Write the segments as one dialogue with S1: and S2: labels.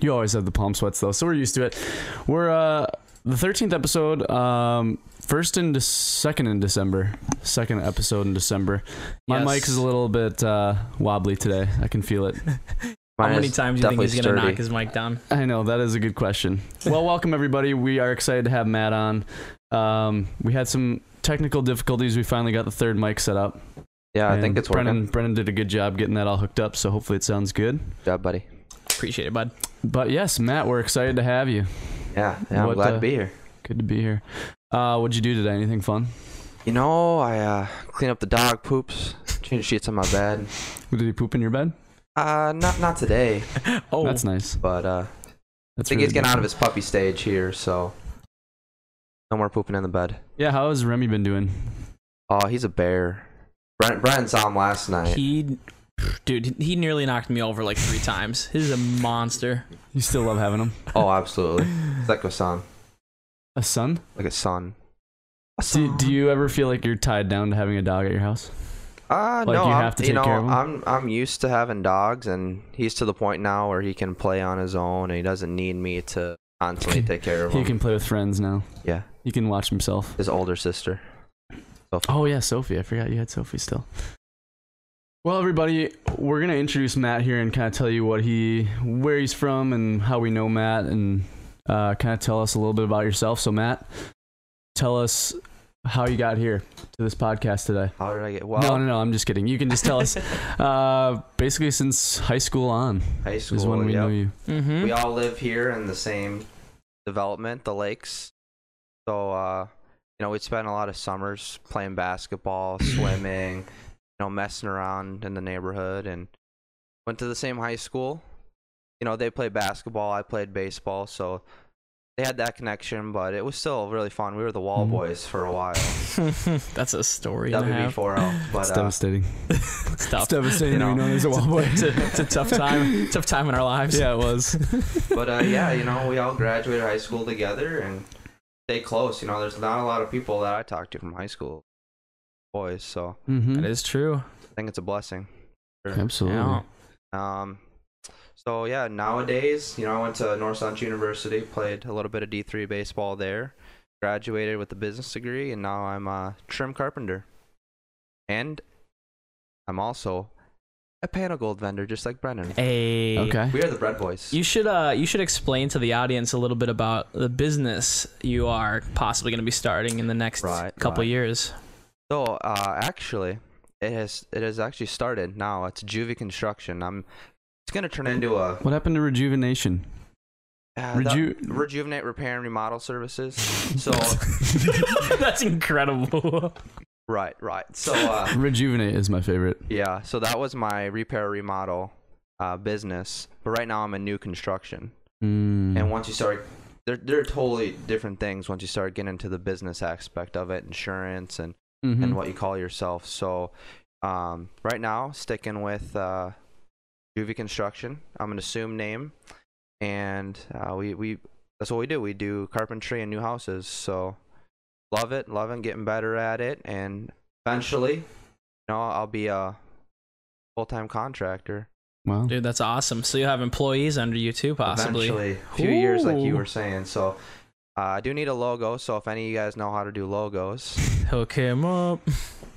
S1: You always have the palm sweats though, so we're used to it. We're uh the thirteenth episode, um first and de- second in December. Second episode in December. My
S2: Yes.
S1: mic is a little bit uh wobbly today. I can feel it.
S2: How
S3: Mine
S2: many
S3: is
S2: times do you think he's
S3: definitely
S2: gonna knock
S3: sturdy.
S2: his mic down?
S1: I know that is a good question. Well, welcome everybody. We are excited to have Matt on. Um, we had some technical difficulties. We finally got the third mic set up.
S3: Yeah, I think
S1: and
S3: it's working.
S1: Brennan. Brennan did a good job getting that all hooked up, so hopefully it sounds good.
S3: Good job, buddy.
S2: Appreciate it, bud.
S1: But yes, Matt, we're excited to have you.
S3: Yeah, yeah, I'm
S1: What,
S3: glad
S1: uh,
S3: to be here.
S1: Good to be here. Uh, what'd you do today? Anything fun?
S3: You know, I uh, clean up the dog poops, change sheets on my bed.
S1: Did you poop in your bed?
S3: Uh, not not today,
S2: Oh,
S1: That's nice.
S3: but uh, I
S1: That's
S3: think
S1: really
S3: he's getting
S1: nice.
S3: out of his puppy stage here, so no more pooping in the bed.
S1: Yeah, how has Remy been doing?
S3: Oh, he's a bear. Brian, Brian saw him last night.
S2: he, dude, he nearly knocked me over like three times. He's a monster.
S1: You still love having him?
S3: oh, absolutely. It's like a son,
S1: A son?
S3: like a son. A
S1: Do,
S3: son.
S1: do you ever feel like you're tied down to having a dog at your house?
S3: Uh,
S1: Like,
S3: no,
S1: you
S3: I'm,
S1: have to
S3: you
S1: take
S3: know,
S1: care of him?
S3: I'm I'm used to having dogs, and he's to the point now where he can play on his own, and he doesn't need me to constantly take care of
S1: He
S3: him.
S1: can play with friends now.
S3: Yeah,
S1: He can watch himself.
S3: his older sister.
S1: Oh yeah, Sophie. I forgot you had Sophie still. Well, everybody, we're gonna introduce Matt here and kind of tell you what he, where he's from, and how we know Matt, and uh, kind of tell us a little bit about yourself. So, Matt, tell us how you got here to this podcast today.
S3: How did I get? Well,
S1: no, no, no. I'm just kidding. You can just tell us, uh, basically, since high school on
S3: high
S1: is when
S3: school.
S1: we
S3: yep.
S1: know you.
S2: Mm-hmm.
S3: We all live here in the same development, the lakes. So, uh, you know, we'd spend a lot of summers playing basketball, swimming, you know, messing around in the neighborhood, and went to the same high school. You know, they played basketball, I played baseball, so they had that connection, but it was still really fun. We were the Wall
S1: Mhm.
S3: Boys for a while,
S2: That's a story. Hmm? and a half.
S3: WB4L.
S1: It's
S3: But uh,
S1: devastating.
S2: It's tough.
S1: It's devastating.
S3: You
S1: to be
S3: know,
S1: known as a wall boy.
S2: it's, a, it's a tough time. tough time in our lives.
S1: yeah, it was.
S3: but uh, yeah, you know, we all graduated high school together and stay close. You know, there's not a lot of people that I talk to from high school, boys. So
S1: Mhm.
S2: That is true.
S3: I think it's a blessing.
S1: Absolutely.
S2: Yeah.
S3: Um, so yeah, nowadays, you know, I went to North Central University, played a little bit of D three baseball there, graduated with a business degree, and now I'm a trim carpenter, and I'm also a panel gold vendor, just like Brendan.
S2: Hey.
S1: Okay.
S3: We are the bread boys.
S2: You should uh you should explain to the audience a little bit about the business you are possibly going to be starting in the next
S3: Right,
S2: couple
S3: right.
S2: years.
S3: So, uh, actually, it has it has actually started now. It's Juvie Construction. I'm. It's gonna turn into a uh,
S1: What happened to rejuvenation?
S3: that-
S1: Reju-
S3: rejuvenate, repair, and remodel services. So,
S2: That's incredible.
S3: right, right. So, uh,
S1: Rejuvenate is my favorite.
S3: yeah. So that was my repair remodel uh, business. But right now, I'm in new construction.
S1: Mm. Mm-hmm.
S3: And once you start, they're they're totally different things. Once you start getting into the business aspect of it, insurance and
S2: Mm-hmm.
S1: Mhm.
S3: and what you call yourself. So, um, right now, sticking with uh, Juvie Construction. I'm an assumed name, and uh, we we that's what we do. We do carpentry and new houses. So, love it, loving getting better at it, and eventually, you know, I'll be a full time contractor.
S1: Wow.
S2: Dude, that's awesome. So you have employees under you too possibly.
S3: Eventually, a few years like you
S2: Ooh.
S3: were saying. So. Uh, I do need a logo, so if any of you guys know how to do logos,
S2: Hook him up.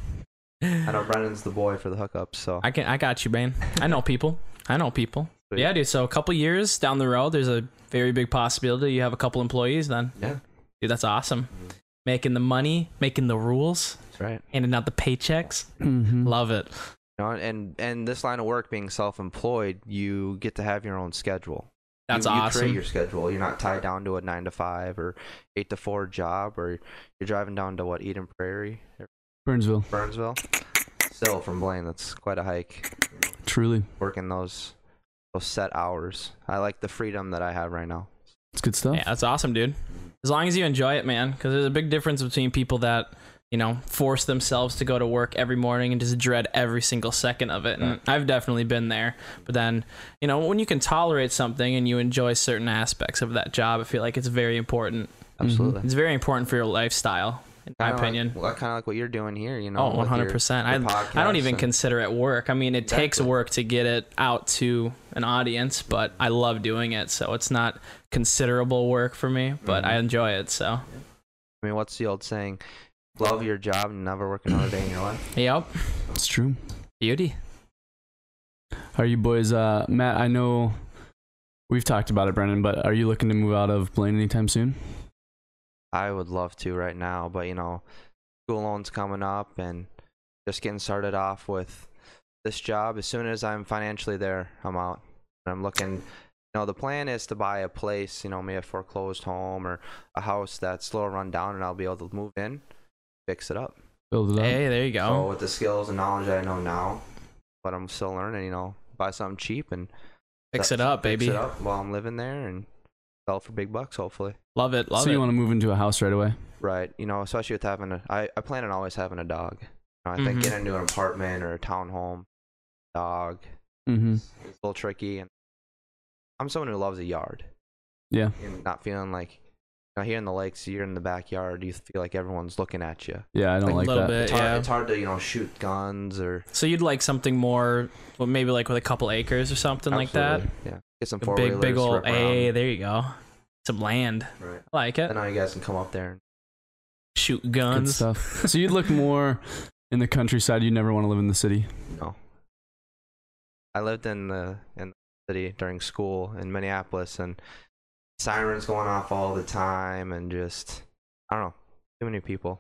S3: I know Brendan's the boy for the hookups. So
S2: I can I got you, man. I know people. I know people.
S3: Sweet.
S2: Yeah, dude. So a couple years down the road, there's a very big possibility you have a couple employees then.
S3: Yeah.
S2: Dude, that's awesome.
S3: Mm-hmm.
S2: Making the money, making the rules,
S3: that's right.
S2: handing out the paychecks.
S3: Mm-hmm.
S1: Mhm.
S2: Love it.
S3: You know, and and this line of work being self-employed, you get to have your own schedule.
S2: That's
S3: you, You
S2: awesome.
S3: create your schedule. You're not tied down to a nine to five or eight to four job, or you're driving down to what Eden Prairie, or
S1: Burnsville,
S3: Burnsville. Still from Blaine, that's quite a hike.
S1: truly,
S3: Working those those set hours. I like the freedom that I have right now.
S1: it's good stuff.
S2: Yeah, that's awesome, dude. As long as you enjoy it, man, because there's a big difference between people that you know force themselves to go to work every morning and just dread every single second of it. And I've definitely been there. But then, you know, when you can tolerate something and you enjoy certain aspects of that job, I feel like it's very important.
S3: Absolutely.
S2: It's very important for your lifestyle. in Mm-hmm. my opinion.
S3: Like, kind of like what you're doing here, you know.
S2: Oh, one hundred percent. I I don't even consider it work. I mean, it takes
S3: Exactly.
S2: work to get it out to an audience, but I love doing it, so it's not considerable work for me,
S1: Mm-hmm.
S2: but I enjoy it. So,
S3: I mean, what's the old saying? Love your job and never work another day in your life.
S2: yep,
S1: It's true.
S2: beauty.
S1: Are you boys, uh, Matt? I know we've talked about it, Brendan, but are you looking to move out of Blaine anytime soon?
S3: I would love to right now, but you know, school loans coming up and just getting started off with this job. As soon as I'm financially there, I'm out. And I'm looking. You know, the plan is to buy a place. You know, maybe a foreclosed home or a house that's a little run down, and I'll be able to move in, fix it up.
S1: Build it up.
S2: Hey, there you
S3: So
S2: go.
S3: with the skills and knowledge that I know now, but I'm still learning. You know, buy something cheap and
S2: Fix it up,
S3: fix
S2: baby.
S3: it up while I'm living there and sell for big bucks, hopefully.
S2: Love it. Love
S1: so
S2: it.
S1: you want to move into a house right away?
S3: Right. You know, especially with having a, I, I plan on always having a dog. You know, I think
S2: Mhm.
S3: getting into an apartment or a townhome, dog,
S2: Mm.
S1: Mm-hmm.
S3: is a little tricky. And I'm someone who loves a yard.
S1: Yeah.
S3: And not feeling like, you know, here in the lakes, you're in the backyard, you feel like everyone's looking at you.
S1: Yeah, I don't
S2: A
S1: like
S2: little
S1: that.
S2: bit.
S3: It's hard,
S2: Uh, Yeah.
S3: it's hard to, you know, shoot guns or
S2: so you'd like something more, well, maybe like with a couple acres or something like
S3: Absolutely, Yeah. Get some
S2: that. A
S3: four
S2: big, big old. Hey,
S3: A.
S2: there you go. Some land.
S3: Right.
S2: I like
S3: And
S2: it.
S3: now you guys can come up there.
S2: Shoot
S1: uh, Good
S2: guns.
S1: stuff. So you'd look more in the countryside. You'd never want to live in the city.
S3: And, no. I lived in the in the city during school in Minneapolis, and sirens going off all the time, and just I don't know, too many people.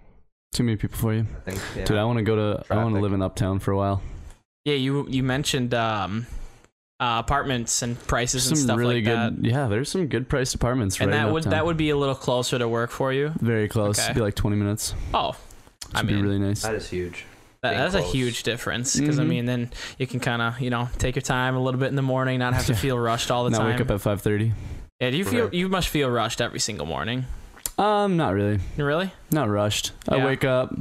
S1: Too many people for you,
S3: I think. Yeah.
S1: dude. I want to go to. I want to
S3: Traffic.
S1: live in uptown for a while.
S2: Yeah, you you mentioned um, uh, apartments and prices
S1: Some
S2: and stuff
S1: really
S2: like that.
S1: good. Yeah, there's some good priced apartments.
S2: And
S1: right in
S2: that would
S1: uptown.
S2: that would be a little closer to work for you.
S1: very close.
S2: Okay.
S1: It'd be like 20 minutes.
S2: Oh,
S1: It'd
S2: I
S1: be
S2: mean,
S1: really nice.
S3: that is huge.
S2: that,
S3: being
S2: that's a
S3: close.
S2: huge difference because I
S1: Mhm.
S2: mean, then you can kind of you know take your time a little bit in the morning, not have to
S1: Yeah.
S2: feel rushed all the
S1: Now
S2: time.
S1: wake up at 5:30.
S2: yeah, do you feel
S3: Right.
S2: you must feel rushed every single morning.
S1: Um, not really.
S2: Really?
S1: Not rushed. I
S2: Yeah.
S1: wake up,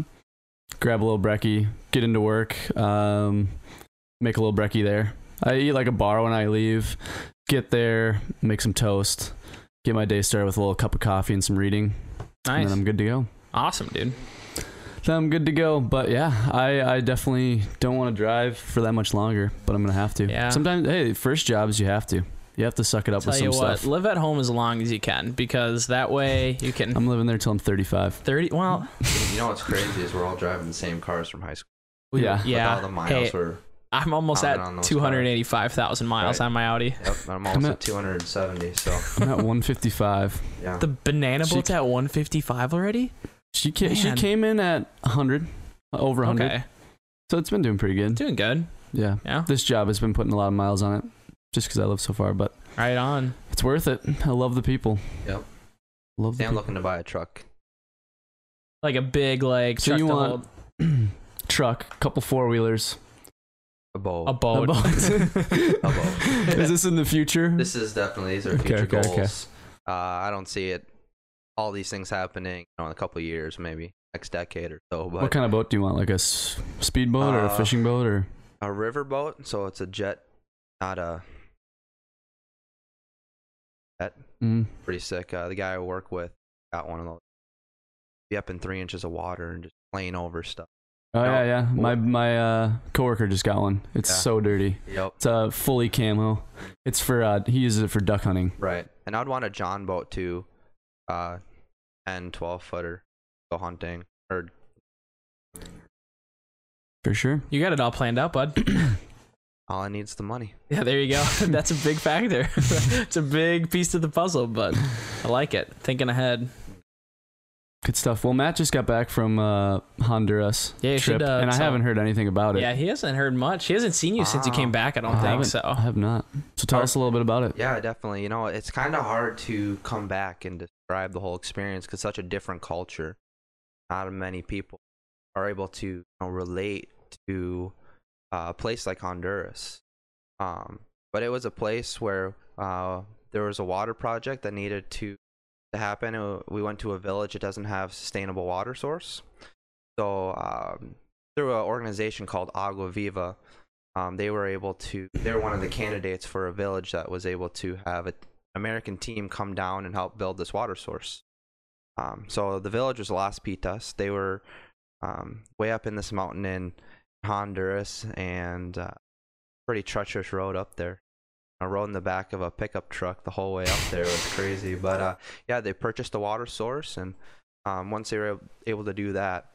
S1: grab a little brekkie, get into work, um, make a little brekkie there. I eat like a bar when I leave, get there, make some toast, get my day started with a little cup of coffee and some reading, and
S2: Nice,
S1: then I'm good to go.
S2: awesome, dude.
S1: Then I'm good to go. But yeah, I, I definitely don't want to drive for that much longer, but I'm going to have to.
S2: Yeah.
S1: Sometimes, hey, first jobs, you have to. You have to suck it up
S2: Tell
S1: with
S2: you
S1: some
S2: what,
S1: stuff.
S2: live at home as long as you can because that way you can
S1: I'm living there till I'm 35.
S2: thirty. Well,
S3: You know what's crazy is we're all driving the same cars from high school.
S2: we-
S1: Yeah.
S3: With
S2: yeah.
S3: all the miles
S2: Hey,
S3: we're.
S2: I'm almost
S3: Comment on
S2: at
S3: those
S2: two hundred eighty-five thousand miles
S3: Right.
S2: on my Audi.
S3: Yep, I'm
S1: I'm
S3: almost
S1: at-
S3: at 270. So
S1: I'm at 155.
S3: yeah.
S2: The banana
S1: She-
S2: boat's at 155 already?
S1: She ca- she
S2: Man.
S1: came in at 100, over 100.
S2: Okay.
S1: So it's been doing pretty good.
S2: Doing good.
S1: Yeah.
S2: Yeah.
S1: This job has been putting a lot of miles on it just because I live so far, but
S2: Right on.
S1: it's worth it. I love the people.
S3: Yep.
S1: Love the
S3: Sam
S1: people.
S3: looking to buy a truck.
S2: Like a big, like,
S1: So
S2: truck
S1: you
S2: to
S1: want
S2: hold
S1: truck, couple four wheelers.
S3: A boat.
S2: a boat.
S1: boat.
S3: A boat.
S1: Is this in the future?
S3: This is definitely these are
S1: Okay, okay,
S3: future
S1: okay.
S3: goals. Uh, I don't see it. All these things happening you know, in a couple of years, maybe next decade or so. But
S1: what kind of boat do you want? Like a s- speedboat or a
S3: Uh,
S1: fishing boat or
S3: a river boat, so it's a jet, not a
S1: mm,
S3: pretty sick. Uh, the guy I work with got one of those. Be up in three inches of water and just playing over stuff.
S1: Oh
S3: No.
S1: yeah, yeah. My my uh coworker just got one. It's
S3: Yeah.
S1: so dirty.
S3: Yep.
S1: It's uh fully camo. It's for uh he uses it for duck hunting.
S3: Right. And I'd want a John boat too, uh, and twelve footer, go hunting or
S1: For sure.
S2: You got it all planned out, bud.
S3: all I need's the money.
S2: Yeah, there you go. That's a big factor. it's a big piece of the puzzle, but I like it. Thinking ahead.
S1: Good stuff. Well, Matt just got back from uh, Honduras
S2: Yeah, you
S1: trip,
S2: should, uh,
S1: and I
S2: tell-
S1: haven't heard anything about it.
S2: Yeah, he hasn't heard much. He hasn't seen you since you came
S3: Wow.
S2: back, I don't
S1: I
S2: think
S1: haven't.
S2: so.
S1: I have not. So tell
S3: Are-
S1: us a little bit about it.
S3: Yeah, definitely. You know, it's kind of hard to come back and describe the whole experience because such a different culture. Not many people are able to you know, relate to uh, a place like Honduras. Um, but it was a place where uh, there was a water project that needed to, to happen. Uh, We went to a village that doesn't have sustainable water source. So um, through an organization called Agua Viva, um, they were able to they were one of the candidates for a village that was able to have an american team come down and help build this water source Um, so the village was Las Pitas. They were um, way up in this mountain in Honduras and uh, pretty treacherous road up there. I rode in the back of a pickup truck the whole way up there. It was crazy. But uh, yeah, they purchased a water source. And um, once they were ab- able to do that,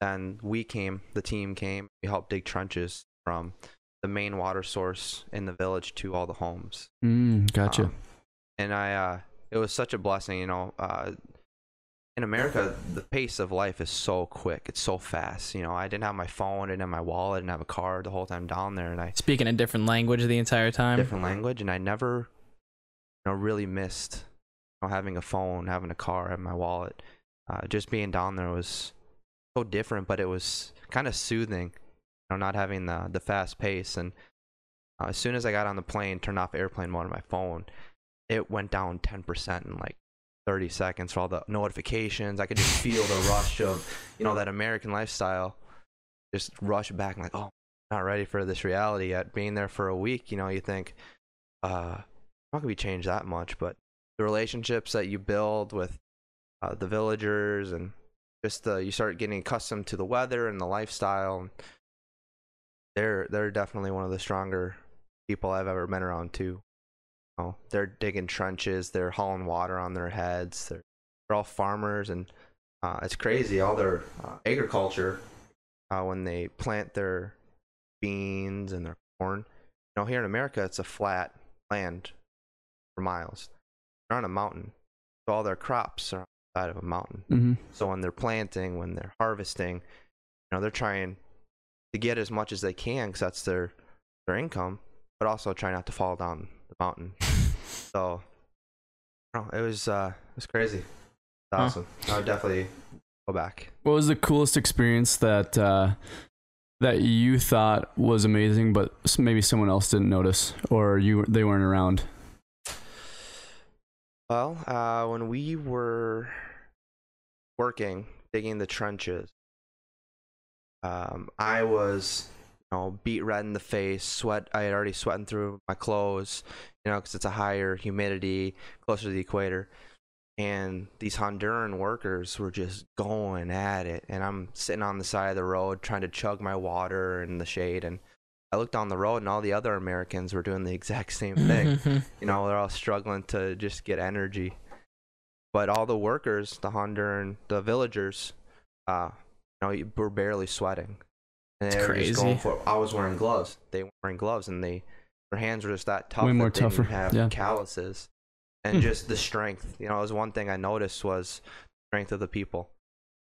S3: then we came, the team came, we helped dig trenches from the main water source in the village to all the homes.
S1: Mm, gotcha.
S3: Um, and I, uh, it was such a blessing, you know. Uh, in America, the pace of life is so quick, it's so fast. You know, I didn't have my phone, I didn't have my wallet, I didn't have a car the whole time down there, and I
S2: Speaking a different language the entire time.
S3: different language, and I never, you know, really missed you know, having a phone, having a car, having my wallet. Uh, just being down there was so different, but it was kind of soothing. You know, not having the the fast pace, and uh, as soon as I got on the plane, turned off airplane mode on my phone, it went down ten percent in like. 30 seconds for all the notifications. I could just feel the rush of, you know, that American lifestyle just rush back and like, oh, not ready for this reality yet. Being there for a week, you know, you think, uh, not gonna be changed that much, but the relationships that you build with uh, the villagers and just the, you start getting accustomed to the weather and the lifestyle. And they're they're definitely one of the stronger people I've ever been around too. You know, they're digging trenches, they're hauling water on their heads. They're they're all farmers, and uh, it's crazy all their uh, agriculture uh, when they plant their beans and their corn. You know, here in America, it's a flat land for miles. They're on a mountain, so all their crops are on the side of a mountain.
S1: mm-hmm.
S3: So when they're planting, when they're harvesting, you know, they're trying to get as much as they can because that's their their income, but also try not to fall down the mountain. So, I don't know, it was uh, it was crazy. It's
S2: Huh.
S3: awesome. I would definitely go back.
S1: What was the coolest experience that uh, that you thought was amazing, but s- maybe someone else didn't notice, or you they weren't around?
S3: Well, uh, when we were working, digging the trenches, um, I was, you know, beat red in the face, sweat. I had already sweating through my clothes, you know, because it's a higher humidity, closer to the equator. And these Honduran workers were just going at it. And I'm sitting on the side of the road trying to chug my water in the shade. And I looked down the road, and all the other Americans were doing the exact same thing you know they're all struggling to just get energy but all the workers the honduran the villagers uh you know you- were barely sweating and they
S2: It's
S3: were just going
S2: crazy.
S3: for i was wearing gloves they weren't wearing gloves and they their hands were just that tough
S1: Way
S3: that
S1: more
S3: they didn't
S1: tougher,
S3: have
S1: yeah.
S3: calluses and
S1: Hmm.
S3: just the strength you know it was one thing i noticed was the strength of the people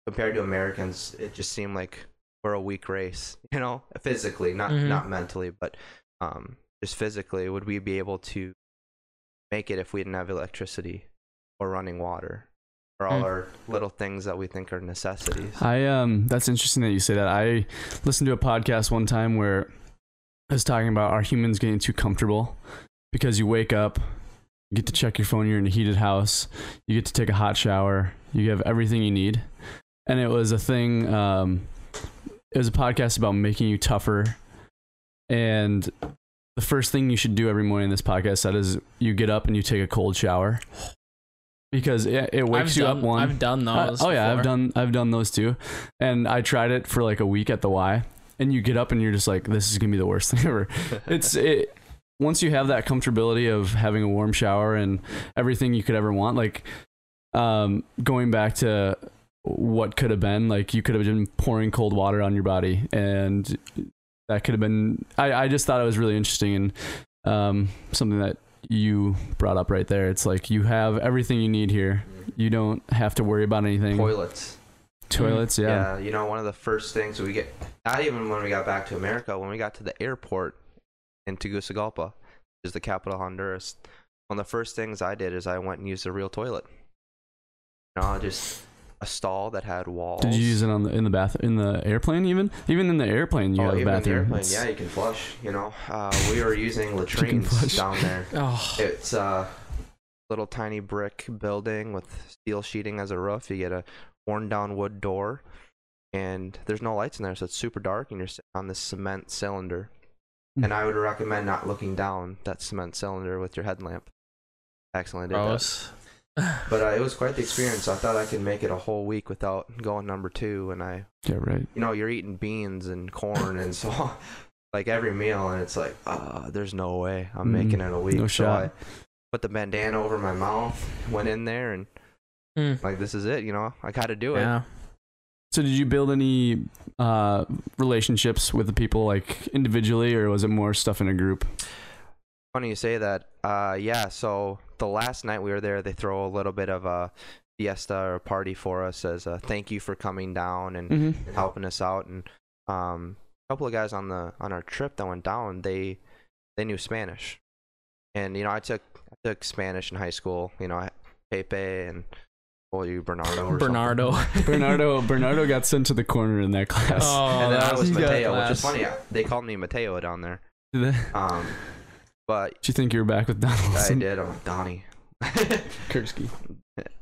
S3: compared to americans it just seemed like we're a weak race you know physically not
S1: Mm-hmm.
S2: Mhm.
S3: not mentally but um just physically would we be able to make it if we didn't have electricity or running water or all
S1: Hmm.
S2: Mm.
S3: our little things that we think are necessities.
S1: I um that's interesting that you say that. I listened to a podcast one time where it was talking about are humans getting too comfortable because you wake up, you get to check your phone, you're in a heated house, you get to take a hot shower, you have everything you need. And it was a thing um it was a podcast about making you tougher and the first thing you should do every morning in this podcast said is you get up and you take a cold shower because it, it wakes
S2: I've
S1: you
S2: done,
S1: up one
S2: I've done
S1: uh,
S2: those.
S1: oh yeah, I've
S2: before.
S1: done I've done those too, and I tried it for like a week at the Y, and you get up and you're just like, this is gonna be the worst thing ever. It's it. Once you have that comfortability of having a warm shower and everything you could ever want, like um, going back to what could have been, like you could have been pouring cold water on your body, and that could have been. I I just thought it was really interesting and um, something that you brought up right there. It's like you have everything you need here. You don't have to worry about anything.
S3: toilets.
S1: Toilets, yeah.
S3: Yeah. you know, one of the first things we get, not even when we got back to America, when we got to the airport in Tegucigalpa, which is the capital of Honduras, one of the first things I did is I went and used a real toilet. You know, just a stall that had walls.
S1: Did you use it on the in the bath in the airplane even? Even in the airplane you
S3: oh,
S1: have a
S3: even in the
S1: bathroom.
S3: airplane,
S1: It's-
S3: yeah, you can flush. You know, uh, we were using
S1: flush.
S3: latrines down there.
S2: Oh,
S3: It's a little tiny brick building with steel sheeting as a roof. You get a worn down wood door, and there's no lights in there, so it's super dark, and you're sitting on this cement cylinder. And I would
S2: Oh,
S3: recommend not looking down that cement cylinder with your headlamp. I Accidentally did that.
S2: gross. Hmm.
S3: But uh, it was quite the experience. I thought I could make it a whole week without going number two, and I,
S1: Yeah, right.
S3: you know, you're eating beans and corn and so, like every meal, and it's like, ah, there's no way I'm
S1: Mm,
S3: making it a week.
S1: no
S3: so
S1: shot.
S3: I put the bandana over my mouth, went in there, and
S2: Mm.
S3: like this is it. You know, I got to do it.
S2: Yeah.
S1: So did you build any uh, relationships with the people like individually, or was it more stuff in a group?
S3: Funny you say that. Uh, yeah. So the last night we were there, they throw a little bit of a fiesta or a party for us as a thank you for coming down and
S1: Mm-hmm.
S3: and helping us out and um a couple of guys on the on our trip that went down they they knew spanish and you know i took i took spanish in high school you know I, pepe and well you bernardo or
S2: Bernardo.
S3: something.
S1: Bernardo Bernardo got sent to the corner in that class.
S2: Oh,
S3: and then
S2: that
S3: i was
S2: was
S3: mateo which is
S2: class.
S3: funny I- they called me mateo down there
S1: Did they-
S3: um but
S1: Do you think you were back with Donaldson?
S3: i did i'm like donnie
S1: Kursky.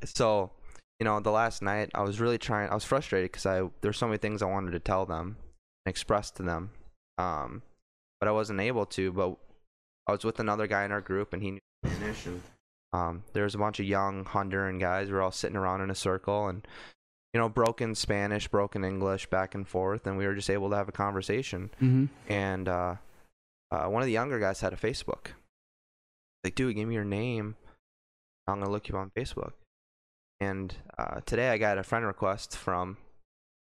S3: so you know the last night i was really trying i was frustrated because i there's so many things i wanted to tell them and express to them um but i wasn't able to but i was with another guy in our group and he knew spanish and um there was a bunch of young honduran guys we were all sitting around in a circle and you know broken spanish broken english back and forth and we were just able to have a conversation
S1: Mm-hmm.
S3: and uh, uh, one of the younger guys had a Facebook. Like, dude, give me your name. I'm gonna look you up on Facebook. And uh, today I got a friend request from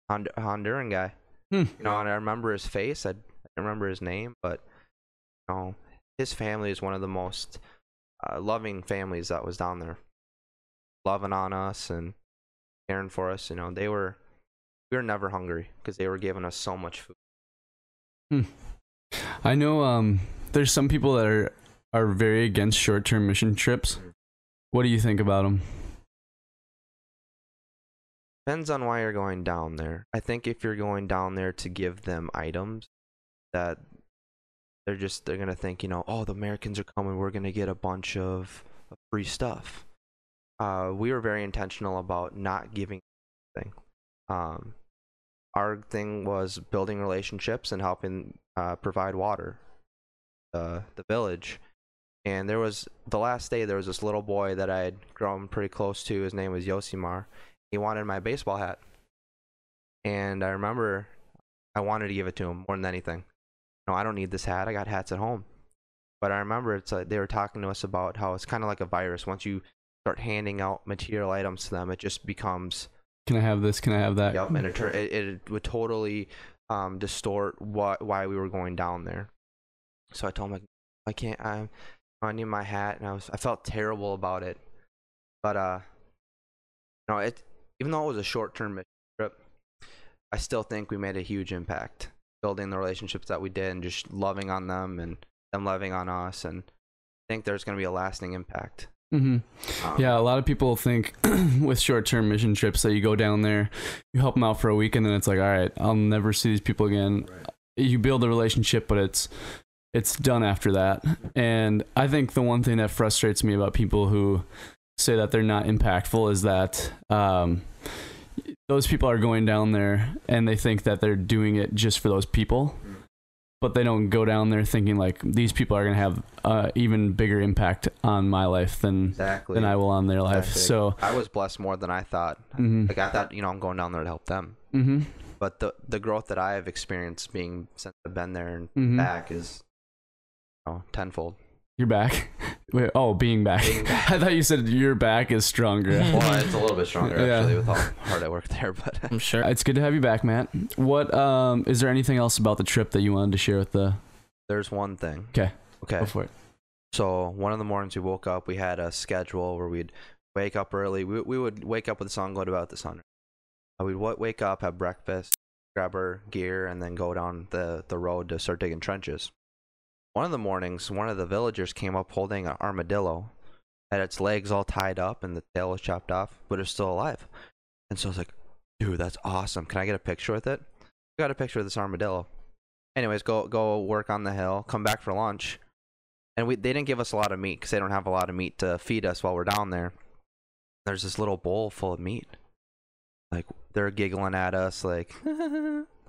S3: Hond- Honduran guy.
S1: Hmm.
S3: You know, and I remember his face. I, I don't remember his name, but you know, his family is one of the most uh, loving families that was down there, loving on us and caring for us. You know, they were we were never hungry because they were giving us so much food.
S1: I know um, there's some people that are are very against short-term mission trips. What do you think about them?
S3: Depends on why you're going down there. I think if you're going down there to give them items that they're just they're gonna think, you know, oh the Americans are coming, we're gonna get a bunch of of free stuff. Uh, we were very intentional about not giving anything. Um, our thing was building relationships and helping uh, provide water, uh, the village. And there was the last day there was this little boy that I had grown pretty close to. His name was Yosimar he wanted my baseball hat. And I remember I wanted to give it to him more than anything. No, I don't need this hat. I got hats at home. But I remember it's like they were talking to us about how it's kind of like a virus. Once you start handing out material items to them, it just becomes
S1: Can I have this? Can I have that?
S3: yep, and it, tur- it, it would totally um, distort what why we were going down there. So I told him I, I can't. I I need my hat, and I was I felt terrible about it. But uh, no, it even though it was a short term mission trip, I still think we made a huge impact building the relationships that we did and just loving on them and them loving on us and I think there's going to be a lasting impact.
S1: Mm-hmm.
S3: Um,
S1: Yeah, a lot of people think with short-term mission trips that you go down there, you help them out for a week, and then it's like, all right, I'll never see these people again. You build a relationship, but it's it's done after that. And I think the one thing that frustrates me about people who say that they're not impactful is that um, those people are going down there and they think that they're doing it just for those people. But they don't go down there thinking like these people are gonna have uh, even bigger impact on my life than
S3: exactly.
S1: than I will on their life.
S3: Exactly.
S1: So,
S3: I was blessed more than I thought.
S1: mhm,
S3: Like I thought, you know, I'm going down there to help them.
S1: mhm,
S3: But the the growth that I have experienced being since I've been there and
S1: mhm.
S3: back is oh tenfold.
S1: you're back. Wait, oh, being back.
S3: Being back.
S1: I thought you said your back is stronger.
S3: Well, it's a little bit stronger
S1: Mm-hmm. Yeah. Mm.
S3: actually with how hard I work there. But
S2: I'm sure.
S1: it's good to have you back, Matt. What um is there anything else about the trip that you wanted to share with the
S3: there's one thing.
S1: 'Kay.
S3: Okay.
S1: go for it?
S3: So one of the mornings we woke up, we had a schedule where we'd wake up early. We we would wake up with the sun, go to bed with the sun. Uh, We'd wa- wake up, have breakfast, grab our gear, and then go down the the road to start digging trenches. One of the mornings, one of the villagers came up holding an armadillo, had its legs all tied up and the tail was chopped off, but it's still alive. And so I was like, "Dude, that's awesome! Can I get a picture with it?" I got a picture of this armadillo. Anyways, go go work on the hill, come back for lunch and we they didn't give us a lot of meat because they don't have a lot of meat to feed us while we're down there. There's this little bowl full of meat. Like they're giggling at us, like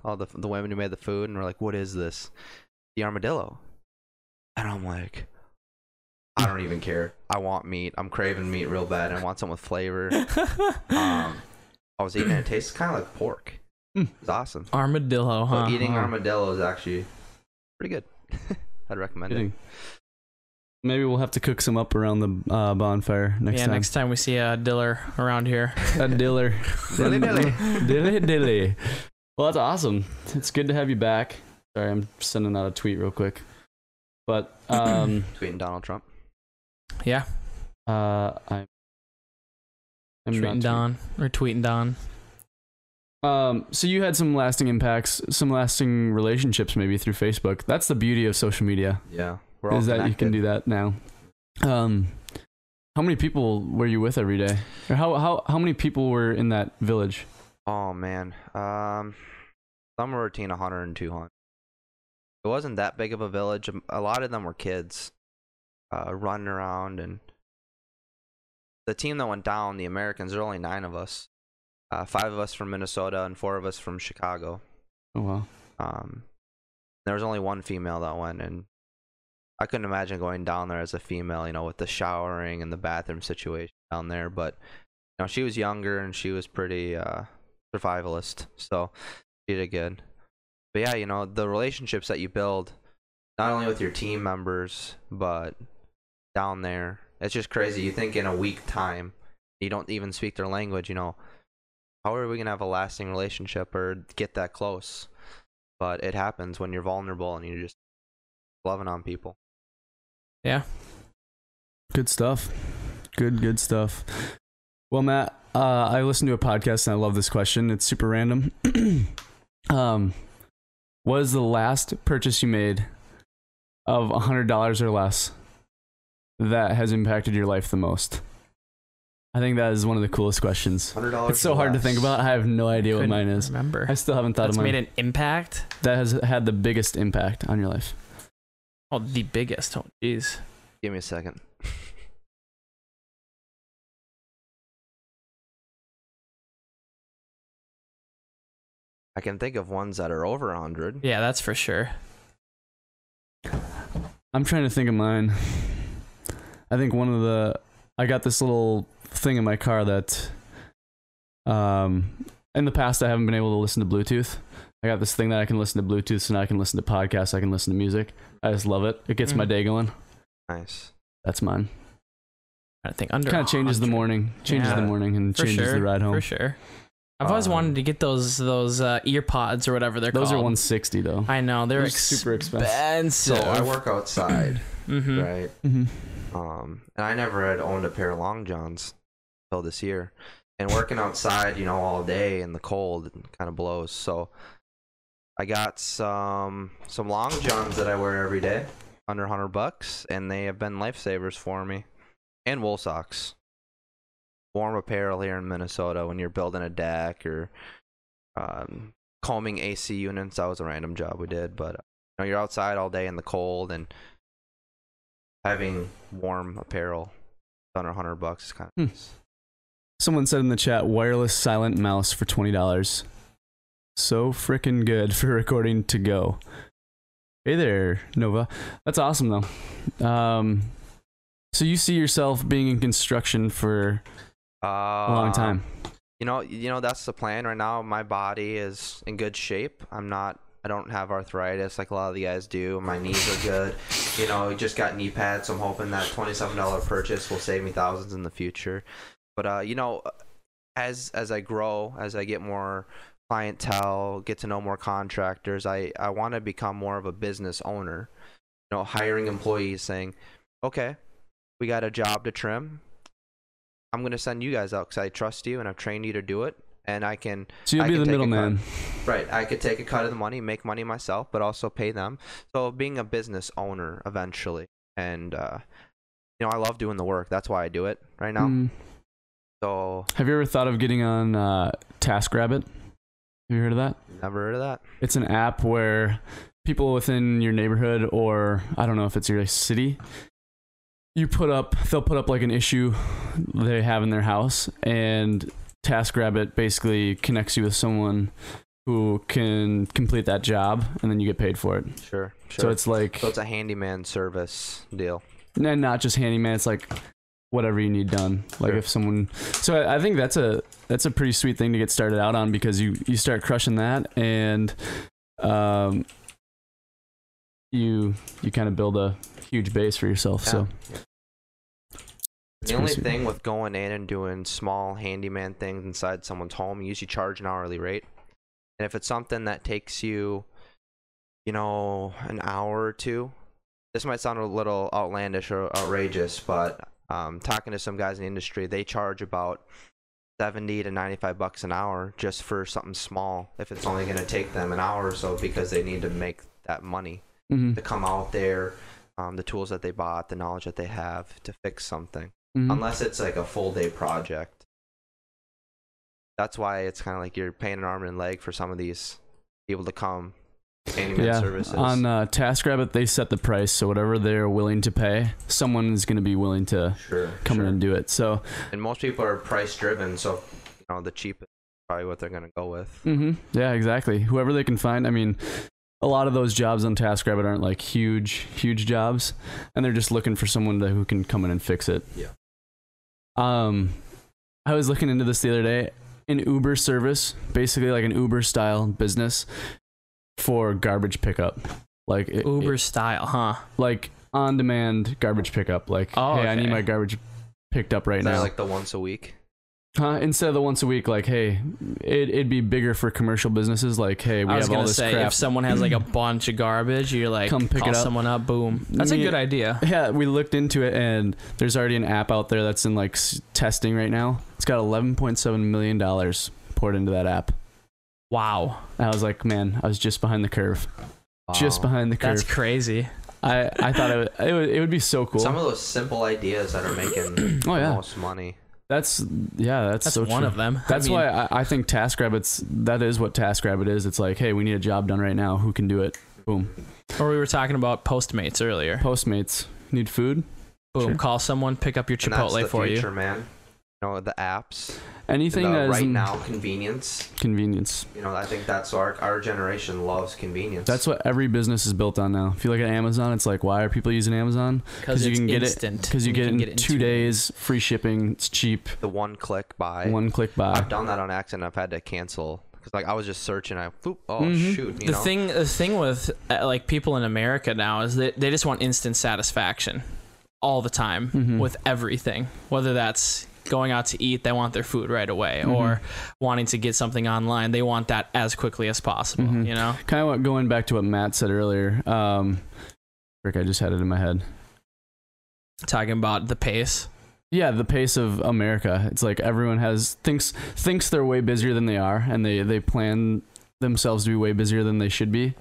S3: all the the women who made the food, and we're like, "What is this?" The armadillo. And I'm like, I don't even care. I want meat. I'm craving meat real bad. and I want something with flavor. Um, I was eating it. It tastes kind of like pork.
S1: Mm.
S3: It's awesome.
S2: Armadillo,
S3: So
S2: huh?
S3: eating
S1: huh.
S3: armadillo is actually pretty good. I'd recommend it.
S1: Kidding. Maybe we'll have to cook some up around the uh, bonfire next
S2: yeah,
S1: time.
S2: next time we see a diller around here.
S1: a diller.
S3: Dilly dilly.
S1: dilly dilly. Well, that's awesome. It's good to have you back. Sorry, I'm sending out a tweet real quick. But um,
S3: Tweeting Donald Trump.
S2: Yeah,
S1: uh, I'm, I'm
S2: tweeting
S1: not
S2: Don or tweeting Don.
S1: Um, so you had some lasting impacts, some lasting relationships, maybe through Facebook. That's the beauty of social media
S3: Yeah. We're all
S1: is that you can do
S3: connected.
S1: that now. Um, how many people were you with every day, or how how how many people were in that village?
S3: Oh man. Um somewhere between 100 and 200. It wasn't that big of a village. Um, A lot of them were kids uh running around and the team that went down, the Americans, there were only 9 of us. Uh 5 of us from Minnesota and 4 of us from Chicago.
S1: Oh wow,
S3: Um there was only one female that went and I couldn't imagine going down there as a female, you know, with the showering and the bathroom situation down there, but you know, she was younger and she was pretty uh survivalist, so she did good. But yeah, you know, the relationships that you build not only with your team members, but down there. It's just crazy. You think in a week time you don't even speak their language, you know. How are we gonna have a lasting relationship or get that close? But it happens when you're vulnerable and you're just loving on people.
S1: good stuff, good good stuff. Well, Matt, uh, I listened to a podcast and I love this question. It's super random. um, what is the last purchase you made of hundred dollars or less that has impacted your life the most? I think that is one of the coolest questions.
S3: Hundred dollars.
S1: It's so hard to think about. I have no idea what mine
S2: Couldn't
S1: is.
S2: Remember,
S1: I still haven't thought
S2: that's
S1: of mine.
S2: made an impact.
S1: that has had the biggest impact on your life.
S2: Oh, the biggest. Oh, jeez.
S3: Give me a second. I can think of ones that are over a hundred.
S2: Yeah, that's for sure.
S1: I'm trying to think of mine. I think one of the I got this little thing in my car that um in the past I haven't been able to listen to Bluetooth. I got this thing that I can listen to Bluetooth so now I can listen to podcasts, I can listen to music. I just love it. It gets my
S2: Mhm.
S1: day going.
S3: Nice.
S1: That's mine.
S2: I think under
S1: Kind of changes the
S2: 100.
S1: morning. Changes the
S3: Yeah.
S1: morning and
S2: For
S1: changes
S2: sure.
S1: the ride home.
S2: For sure. I've always
S3: Um,
S2: wanted to get those those uh, ear pods or whatever they're
S1: Those
S2: called.
S1: are 160 though.
S2: I know they're
S1: They're
S2: ex-
S1: super expensive.
S3: So
S2: expensive.
S3: I work outside,
S2: Mhm.
S3: right?
S1: Mhm.
S3: Um, and I never had owned a pair of long johns till this year. And working outside, you know, all day in the cold it kind of blows. So I got some some long johns that I wear every day, under 100 bucks, and they have been lifesavers for me. And wool socks. Warm apparel here in Minnesota when you're building a deck or um, combing AC units. That was a random job we did, but you know, you're outside all day in the cold and having warm apparel under 100 bucks is kind
S1: Hmm.
S3: of nice.
S1: Someone said in the chat, wireless silent mouse for twenty dollars. So frickin' good for recording to go. Hey there, Nova. That's awesome though. Um, so you see yourself being in construction for a long time.
S3: Uh, You know, you know that's the plan right now. My body is in good shape. I'm not I don't have arthritis like a lot of the guys do. My knees are good. You know, I just got knee pads. So I'm hoping that $27 purchase will save me thousands in the future. But uh, you know, as as I grow, as I get more clientele, get to know more contractors, I I want to become more of a business owner. You know, hiring employees saying, "Okay, we got a job to trim. I'm going to send you guys out cuz I trust you and I've trained you to do it." And I can,
S1: So you'll
S3: I
S1: be
S3: can
S1: the
S3: take a cut.
S1: middleman.
S3: right? I could take a cut of the money, make money myself, but also pay them. So being a business owner eventually, and uh, you know, I love doing the work. That's why I do it right now.
S1: Mm.
S3: So
S1: Have you ever thought of getting on uh, TaskRabbit? Have you heard of that?
S3: never heard of that.
S1: It's an app where people within your neighborhood or I don't know if it's your city, you put up they'll put up like an issue they have in their house and TaskRabbit basically connects you with someone who can complete that job and then you get paid for it.
S3: Sure, sure.
S1: So it's like
S3: So it's a handyman service deal.
S1: and not just handyman. It's like whatever you need done. Like if someone, so I, I think that's a that's a pretty sweet thing to get started out on because you you start crushing that and um you you kind of build a huge base for yourself. So it's
S3: The
S1: pretty
S3: only
S1: sweet.
S3: thing with going in and doing small handyman things inside someone's home, you usually charge an hourly rate. And if it's something that takes you, you know, an hour or two, this might sound a little outlandish or outrageous, but um, talking to some guys in the industry, they charge about 70 to 95 bucks an hour just for something small if it's only going to take them an hour or so because they need to make that money
S1: Mhm.
S3: to come out there, um, the tools that they bought, the knowledge that they have to fix something
S1: Mhm.
S3: unless it's like a full day project. That's why it's kind of like you're paying an arm and leg for some of these people to come. Handyman
S1: yeah.
S3: services.
S1: On uh, TaskRabbit, they set the price, so whatever they're willing to pay, someone is going to be willing to
S3: sure,
S1: come
S3: sure.
S1: uh, in and do it. So,
S3: And most people are price driven, so you know the cheapest is probably what they're gonna go with.
S1: mhm. yeah, exactly. Whoever they can find. I mean, a lot of those jobs on TaskRabbit aren't like huge, huge jobs, and they're just looking for someone to, who can come in and fix it.
S3: Yeah.
S1: Um, I was looking into this the other day. An Uber service, basically like an Uber style business for garbage pickup. Like it-
S2: Uber style, huh?
S1: like on demand garbage pickup. Like,
S2: Oh,
S1: hey, I need
S2: okay.
S1: my garbage picked up right
S3: Is that
S1: now.
S3: like the once a week?
S1: huh? Instead of the once a week, like, hey, it, it'd be bigger for commercial businesses. Like, hey, we
S2: I was
S1: have all
S2: gonna
S1: this
S2: say
S1: crap.
S2: if someone has like a bunch of garbage, you're like
S1: Come pick
S2: call
S1: it up.
S2: someone up, boom. That's a
S1: Yeah.
S2: good idea.
S1: yeah, we looked into it, and there's already an app out there that's in like s- testing right now. It's got 11.7 million dollars poured into that app.
S2: Wow,
S1: And I was like, man, I was just behind the curve, just
S3: Wow.
S1: behind the curve.
S2: that's crazy.
S1: I, I thought it would, it would it would be so cool.
S3: Some of those simple ideas that are making
S1: oh
S3: the
S1: yeah,
S3: most money.
S1: that's yeah, that's,
S2: That's
S1: so
S2: one
S1: true.
S2: of them.
S1: That's
S2: I mean,
S1: why I, I think TaskRabbit's that is what TaskRabbit is. It's like, hey, we need a job done right now. Who can do it? Boom.
S2: Or we were talking about Postmates earlier.
S1: Postmates need food.
S2: Boom,
S1: Sure.
S2: call someone, pick up your
S3: And that's
S2: Chipotle
S3: the
S2: for
S3: future,
S2: you.
S3: man. You know the apps,
S1: Anything
S3: the
S1: that is
S3: uh, right
S1: in
S3: now convenience.
S1: convenience.
S3: You know, I think that's our our generation loves convenience.
S1: That's what every business is built on now. If you look at Amazon, it's like, why are people using Amazon?
S2: Because
S1: you
S2: it's
S1: can get it-
S2: instant.
S1: Because you, get,
S2: can
S1: it in
S2: in
S1: two days, free shipping, it's cheap,
S3: the one click buy.
S1: one click buy.
S3: I've done that on accident. I've had to cancel because like I was just searching. I boop, oh
S1: Mhm.
S3: shoot, you
S2: the
S3: know.
S2: thing the thing with uh, like people in america now is that they just want instant satisfaction all the time
S1: Mhm.
S2: with everything whether that's going out to eat they want their food right away
S1: Mhm.
S2: or wanting to get something online they want that as quickly as possible
S1: Mhm.
S2: you know
S1: Kind of what, going back to what Matt said earlier. Um, Rick, I just had it in my head.
S2: talking about the pace
S1: Yeah, the pace of America. It's like everyone has thinks thinks they're way busier than they are, and they they plan themselves to be way busier than they should be.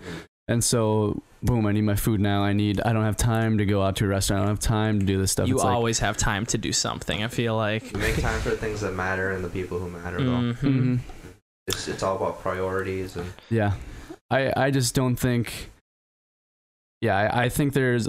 S1: And so, boom! I need my food now. I need. I don't have time to go out to a restaurant. I don't have time to do this stuff.
S2: you
S1: it's like,
S2: always have time to do something i feel like
S3: you make time for the things that matter and the people who matter. Though
S2: Mhm.
S1: Mhm.
S3: it's it's all about priorities and
S1: Yeah, I I just don't think. Yeah, I, I think there's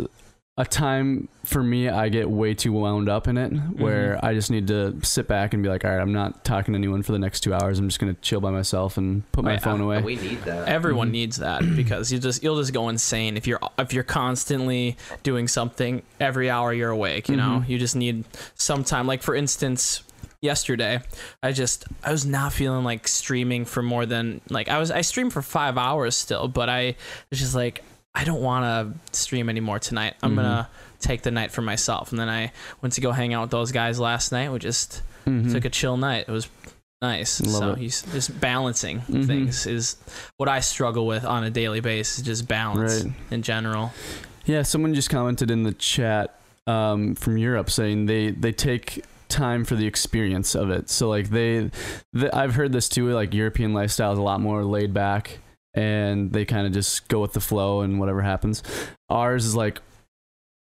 S1: a time for me. I get way too wound up in it,
S2: Mm-hmm.
S1: where I just need to sit back and be like, all right, I'm not talking to anyone for the next two hours. I'm just gonna chill by myself and put my
S2: I- I-
S1: phone away.
S3: and we need that.
S2: Everyone
S1: Mhm.
S2: needs that because you just you'll just go insane if you're if you're constantly doing something every hour you're awake. You know,
S1: Mhm.
S2: you just need some time. Like for instance, yesterday I just I was not feeling like streaming for more than like I was I streamed for five hours still, but I was just like I don't want to stream anymore tonight. I'm
S1: Mhm.
S2: gonna take the night for myself. And then I went to go hang out with those guys last night. We just
S1: Mhm.
S2: took a chill night. It was nice.
S1: Love
S2: so
S1: it.
S2: he's just balancing
S1: Mhm.
S2: things is what I struggle with on a daily basis. Just balance
S1: Right.
S2: in general.
S1: Yeah, someone just commented in the chat um, from Europe saying they they take time for the experience of it. So like they, th I've heard this too. Like European lifestyle is a lot more laid back, and they kind of just go with the flow and whatever happens. Ours is like,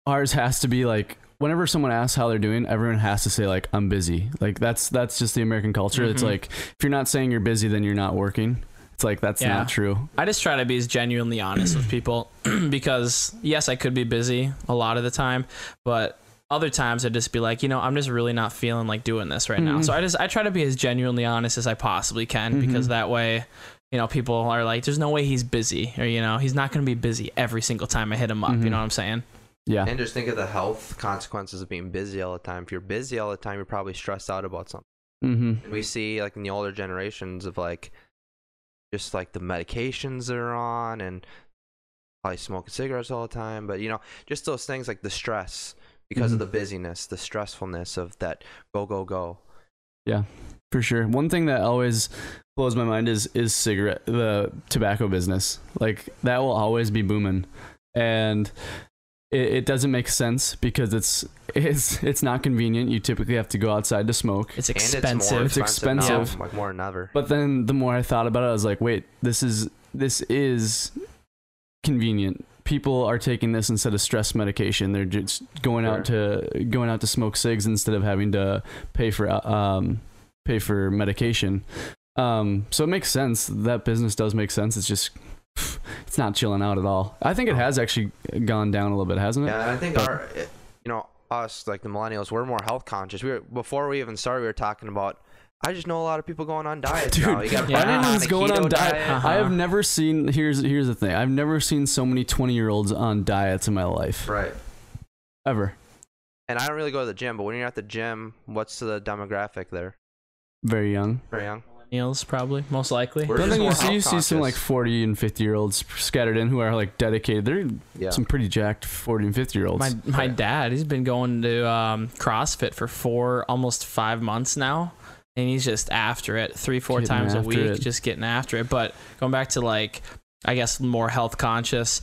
S1: ours has to be like. Whenever someone asks how they're doing, everyone has to say like I'm busy. Like that's that's just the American culture. It's
S2: Mhm.
S1: like if you're not saying you're busy, then you're not working. It's like that's
S2: Yeah.
S1: not true.
S2: I just try to be as genuinely honest with people because yes, I could be busy a lot of the time, but other times I'd just be like, you know, I'm just really not feeling like doing this right now.
S1: Mhm.
S2: So I just I try to be as genuinely honest as I possibly can because
S1: Mhm.
S2: that way, you know, people are like, there's no way he's busy or you know, he's not gonna be busy every single time I hit him up. You
S1: Mhm.
S2: know what I'm saying?
S1: Yeah.
S3: And just think of the health consequences of being busy all the time. If you're busy all the time, you're probably stressed out about something.
S1: Mm-hmm.
S3: And we see like in the older generations of like just like the medications they're on and probably smoking cigarettes all the time. But you know, just those things like the stress because
S1: Mhm.
S3: of the busyness, the stressfulness of that go go go.
S1: For sure. One thing that always blows my mind is is cigarette the tobacco business. Like that will always be booming, and it, it doesn't make sense because it's it's it's not convenient. You typically have to go outside to smoke.
S2: It's
S3: And
S2: expensive.
S3: it's more
S1: It's
S3: now,
S1: expensive.
S3: like more than ever.
S1: But then the more I thought about it, I was like, wait, this is this is convenient. People are taking this instead of stress medication. They're just going out to going out to smoke cigs instead of having to pay for uh, um pay for medication. Um, so it makes sense. That business does make sense. It's just it's not chilling out at all. I think it has actually gone down a little bit, hasn't it?
S3: Oh. Yeah, and I think our, eh, you know, us like the millennials, we're more health conscious. We were before we even started, we were talking about. I just know a lot of people going on diets
S1: Dude,
S3: now. You got
S2: Yeah.
S3: Brian on
S1: Everyone's
S3: a
S1: going
S3: keto
S1: on diet.
S2: Uh-huh.
S1: I have never seen here's here's the thing. I've never seen so many twenty year olds on diets in my life
S3: right?
S1: ever.
S3: And I don't really go to the gym, but when you're at the gym, what's the demographic there?
S1: Very young.
S3: Very young.
S2: Millennials, probably, most likely.
S3: We're
S1: But
S3: just
S1: then you
S3: more
S1: see, you see some like
S3: health-conscious.
S1: 40 and 50 year olds scattered in who are like dedicated. They're
S3: Yeah.
S1: some pretty jacked 40 and 50 year olds.
S2: My my
S3: Yeah.
S2: dad, he's been going to um, CrossFit for four, almost five months now, and he's just after it three, four
S1: Getting
S2: times a
S1: after
S2: week,
S1: it.
S2: just getting after it. But going back to like, I guess more health conscious.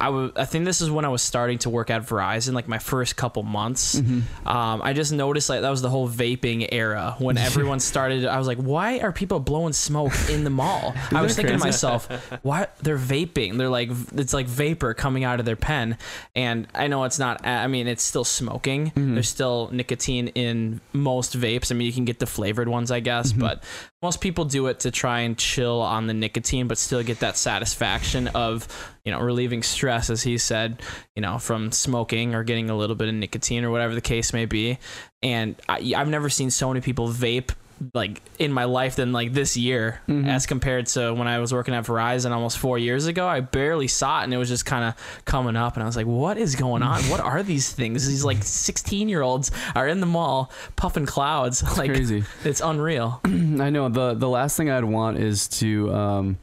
S2: I wa- I think this is when I was starting to work at Verizon, like my first couple months.
S1: Mm-hmm.
S2: Um, I just noticed like that was the whole vaping era when everyone started. I was like, why are people blowing smoke in the mall? I was
S1: that
S2: thinking to
S1: crazy?
S2: myself, why they're vaping? They're like it's like vapor coming out of their pen. And I know it's not. I mean, it's still smoking. There's still nicotine in most vapes. I mean, you can get the flavored ones, I guess, but most people do it to try and chill on the nicotine, but still get that satisfaction of you know relieving stress, as he said, you know, from smoking or getting a little bit of nicotine or whatever the case may be. And I, I've never seen so many people vape like in my life than like this year
S1: Mm-hmm.
S2: as compared to when I was working at Verizon almost four years ago. I barely saw it and it was just kind of coming up and I was like, what is going on? what are these things? These like 16 year olds are in the mall puffing clouds. like
S1: Crazy.
S2: it's unreal.
S1: I know the the last thing I'd want is to um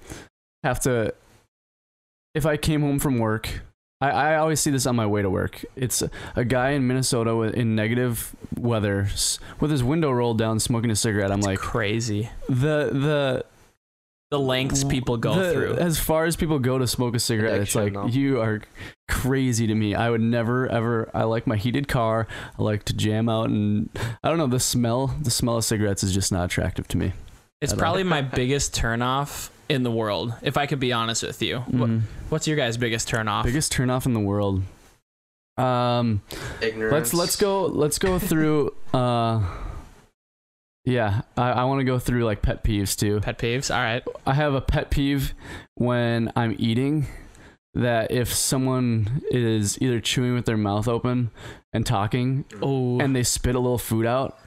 S1: have to if I came home from work. I, I always see this on my way to work. It's a guy in Minnesota with, in negative weather s- with his window rolled down, smoking a cigarette. I'm like
S2: Crazy.
S1: the the
S2: The lengths people go
S1: The-
S2: through.
S1: As far as people go to smoke a cigarette, it's like
S3: Addiction, though.
S1: you are crazy to me. I would never ever. I like my heated car. I like to jam out, and I don't know. The smell, the smell of cigarettes is just not attractive to me.
S2: It's
S1: I don't-
S2: probably my biggest turnoff in the world, if I could be honest with you. What, Ah.
S1: Mhm.
S2: what's your guys' biggest turnoff?
S1: Biggest turnoff in the world. Um,
S3: Ignorance.
S1: let's let's go let's go through. uh, yeah, I, I want to go through like pet peeves too.
S2: pet peeves? All right.
S1: I have a pet peeve when I'm eating that if someone is either chewing with their mouth open and talking
S2: Oh,
S1: and they spit a little food out,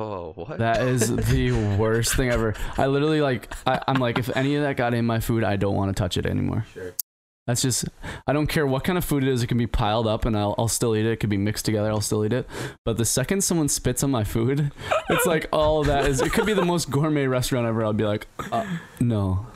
S3: Oh, what?
S1: that is the worst thing ever. I literally like I, I'm like if any of that got in my food, I don't want to touch it anymore.
S3: Sure.
S1: That's just I don't care what kind of food it is. It can be piled up and I'll, I'll still eat it. It could be mixed together. I'll still eat it. But the second someone spits on my food, it's like all that is. It could be the most gourmet restaurant ever. I'll be like, uh, no.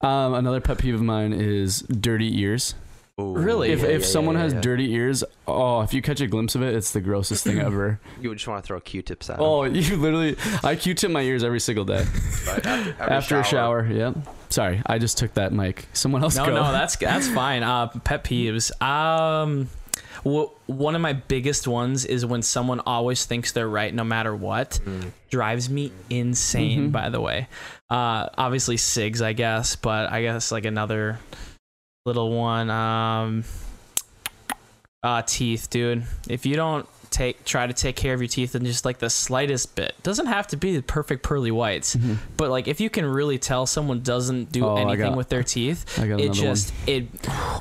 S1: Um, another pet peeve of mine is dirty ears.
S3: Ooh,
S2: Really?
S1: If
S3: yeah,
S1: if
S3: yeah,
S1: someone
S3: yeah,
S1: has
S3: yeah.
S1: dirty ears, oh, if you catch a glimpse of it, it's the grossest thing ever.
S3: you would just want to throw Q-tips at. 'em.
S1: oh, you literally, I Q-tip my ears every single day
S3: But after, after,
S1: after a shower. Yep. Sorry, I just took that mic. Someone else
S2: no,
S1: go.
S2: no, that's that's fine. Uh, pet peeves. Um, wh- one of my biggest ones is when someone always thinks they're right no matter what.
S3: Mm.
S2: Drives me insane.
S1: Mhm.
S2: By the way, uh, obviously Sigs, I guess, but I guess like another little one. Um, uh, teeth, dude. If you don't take try to take care of your teeth in just like the slightest bit, doesn't have to be the perfect pearly whites,
S1: Mhm.
S2: but like if you can really tell someone doesn't do
S1: Oh, I
S2: anything
S1: got-
S2: with their teeth,
S1: I got
S2: it
S1: another one.
S2: just it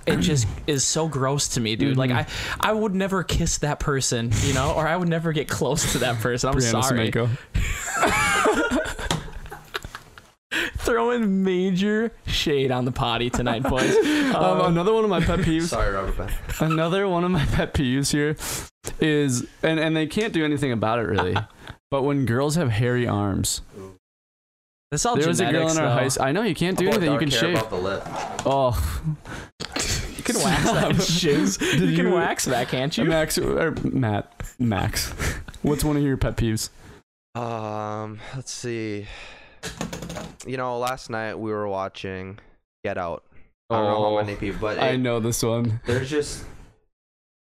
S2: it just is so gross to me dude like
S1: Mhm.
S2: i i would never kiss that person you know or i would never get close to that person i'm
S1: Brianna
S2: sorry
S1: Semenko.
S2: throwing major shade on the potty tonight, boys.
S1: Um, another one of my pet peeves.
S3: Sorry, rubber band.
S1: Another one of my pet peeves here is, and, and they can't do anything about it really, but when girls have hairy arms.
S2: This all
S1: there was a girl
S2: genetics,
S1: in our high
S2: though.
S1: school. I know, you can't do
S3: How about
S1: anything. You
S3: dark
S1: can
S3: hair
S1: shave.
S3: above the lip?
S1: Oh.
S2: You can wax that
S1: Stop.
S2: shiz.
S1: Did
S2: You can
S1: you-
S2: wax that, can't you?
S1: Max, or Matt, Max. What's one of your pet peeves?
S3: Um, let's see. You know, last night we were watching Get Out. I don't know how many people, but
S1: Oh, I
S3: it-
S1: know this one.
S3: there's just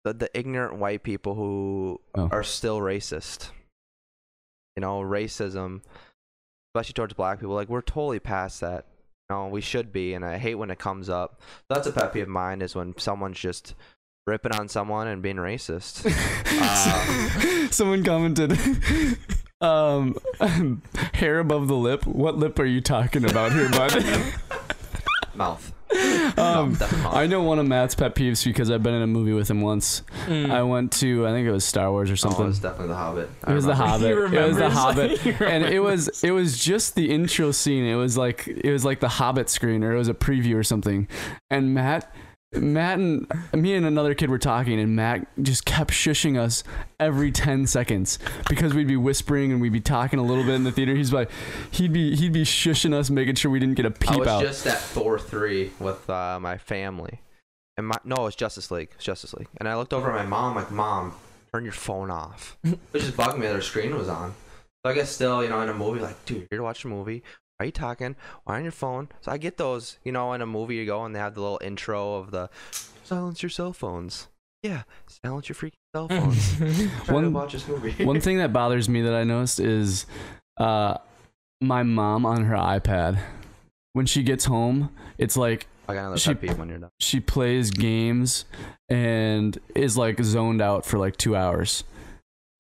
S3: the, the ignorant white people who
S1: Oh.
S3: are still racist. You know, racism, especially towards black people. Like we're totally past that. No, we should be, and I hate when it comes up. That's a pet peeve of mine is when someone's just ripping on someone and being racist. Uh.
S1: Someone commented, um, hair above the lip. What lip are you talking about here, bud?
S3: Mouth.
S1: um,
S3: Mouth, Oh, that's mouth.
S1: I know one of Matt's pet peeves because I've been in a movie with him once.
S2: Mm.
S1: I went to, I think Hmm. it was Star Wars or something.
S3: Oh, it's definitely the Hobbit. I
S1: It was the
S3: remember.
S1: Hobbit.
S2: He
S1: It was the
S2: remembers.
S1: Hobbit,
S2: He
S1: and it was it was just the intro scene. It was like it was like the Hobbit screen, or it was a preview or something. And Matt, Matt and me and another kid were talking, and Matt just kept shushing us every ten seconds because we'd be whispering and we'd be talking a little bit in the theater. He's like, he'd be he'd be shushing us, making sure we didn't get a
S3: I
S1: peep
S3: was
S1: out.
S3: just at Thor three with uh, my family, and my no, it's Justice League. It's Justice League, and I looked over at my mom like, "Mom, turn your phone off," which just bugged me that her screen was on. So I guess still, you know, in a movie, like, dude, you're watching a movie. Why are you talking? Why on your phone? So I get those, you know, in a movie you go and they have the little intro of the silence your cell phones. Yeah, silence your freaking cell phones. Try to
S1: One-
S3: watch this movie.
S1: One thing that bothers me that I noticed is uh, my mom on her iPad. When she gets home, it's like
S3: I got another
S1: she-
S3: pet peeve when you're done.
S1: she plays games and is like zoned out for like two hours.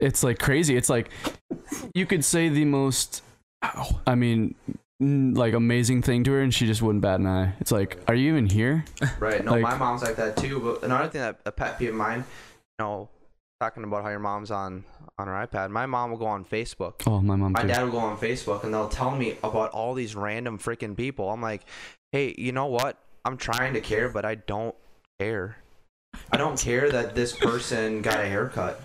S1: It's like crazy. It's like you could say the most, I mean, n- like amazing thing to her, and she just wouldn't bat an eye. It's like, are you even here?
S3: Right. No,
S1: Like-
S3: my mom's like that too. But another thing that a pet peeve of mine, you know, talking about how your mom's on on her iPad. My mom will go on Facebook.
S1: Oh, my mom.
S3: My
S1: Too.
S3: dad will go on Facebook, and they'll tell me about all these random freaking people. I'm like, hey, you know what? I'm trying to care, but I don't care. I don't care that this person got a haircut,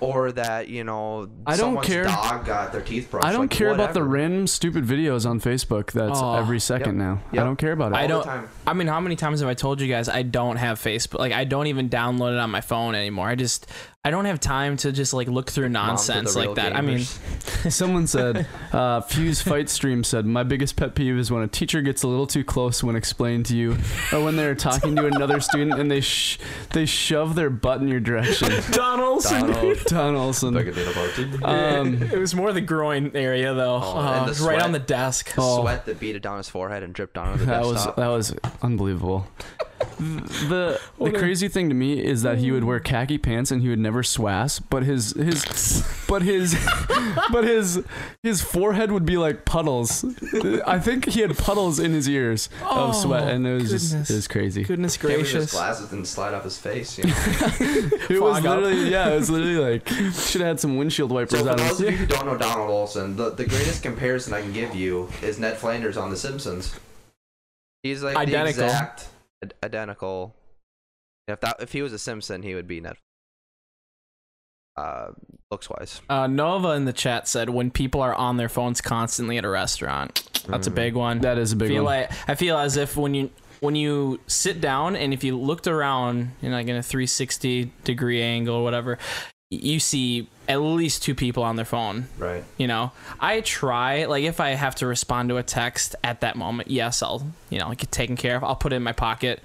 S3: or that you know
S1: I don't
S3: someone's
S1: care.
S3: dog got their teeth brushed.
S1: I don't
S3: Like,
S1: care about the
S3: whatever.
S1: random stupid videos on Facebook. That's
S2: Oh,
S1: every second
S3: yep,
S1: now. I
S3: yep.
S1: don't care about it.
S2: I
S3: All the
S2: don't.
S3: time.
S2: I mean, how many times have I told you guys I don't have Facebook? Like, I don't even download it on my phone anymore. I just, I don't have time to just like look through
S3: Moms are the
S2: nonsense like
S3: real
S2: that. I mean,
S3: gamers.
S1: Someone said, uh, Fuse Fight Stream said, My biggest pet peeve is when a teacher gets a little too close when explained to you, or when they're talking to another student and they sh- they shove their butt in your direction.
S2: Donald's.
S1: Don
S3: Donald,
S1: Olson.
S3: Bigoted about it.
S1: Um,
S2: it was more the groin area though,
S3: Oh,
S2: Uh,
S3: and the
S2: right
S3: sweat.
S2: on the desk.
S1: Oh.
S3: sweat that beat it down his forehead and dripped down onto the
S1: that was
S3: desktop.
S1: that was unbelievable. The the
S2: What a- Mm.
S1: crazy thing to me is that he would wear khaki pants and he would never swass, but his his but his but his his forehead would be like puddles. I think he had puddles in his ears of sweat,
S2: Oh,
S1: and it was
S2: goodness.
S1: just it was crazy.
S2: Goodness
S3: Can't believe his
S2: gracious!
S3: glasses didn't slide off his face. You know?
S1: It was
S2: Fog up.
S1: literally, yeah, it was literally like should have had some windshield
S3: so
S1: wipers
S3: for
S1: on.
S3: those of
S1: it.
S3: you who don't know Donald Olson, the, the greatest comparison I can give you is Ned Flanders on The Simpsons. He's like
S2: Identical.
S3: the exact id- identical. If that if he was a Simpson, he would be Ned. Uh, looks wise.
S2: Uh, Nova in the chat said when people are on their phones constantly at a restaurant. That's
S1: Mm.
S2: a big one.
S1: That is a big
S2: feel
S1: one.
S2: like I feel as if when you when you sit down and if you looked around in like in a 360 degree angle or whatever, you see at least two people on their phone.
S3: Right.
S2: You know, I try like if I have to respond to a text at that moment, yes, I'll you know get taken care of. I'll put it in my pocket.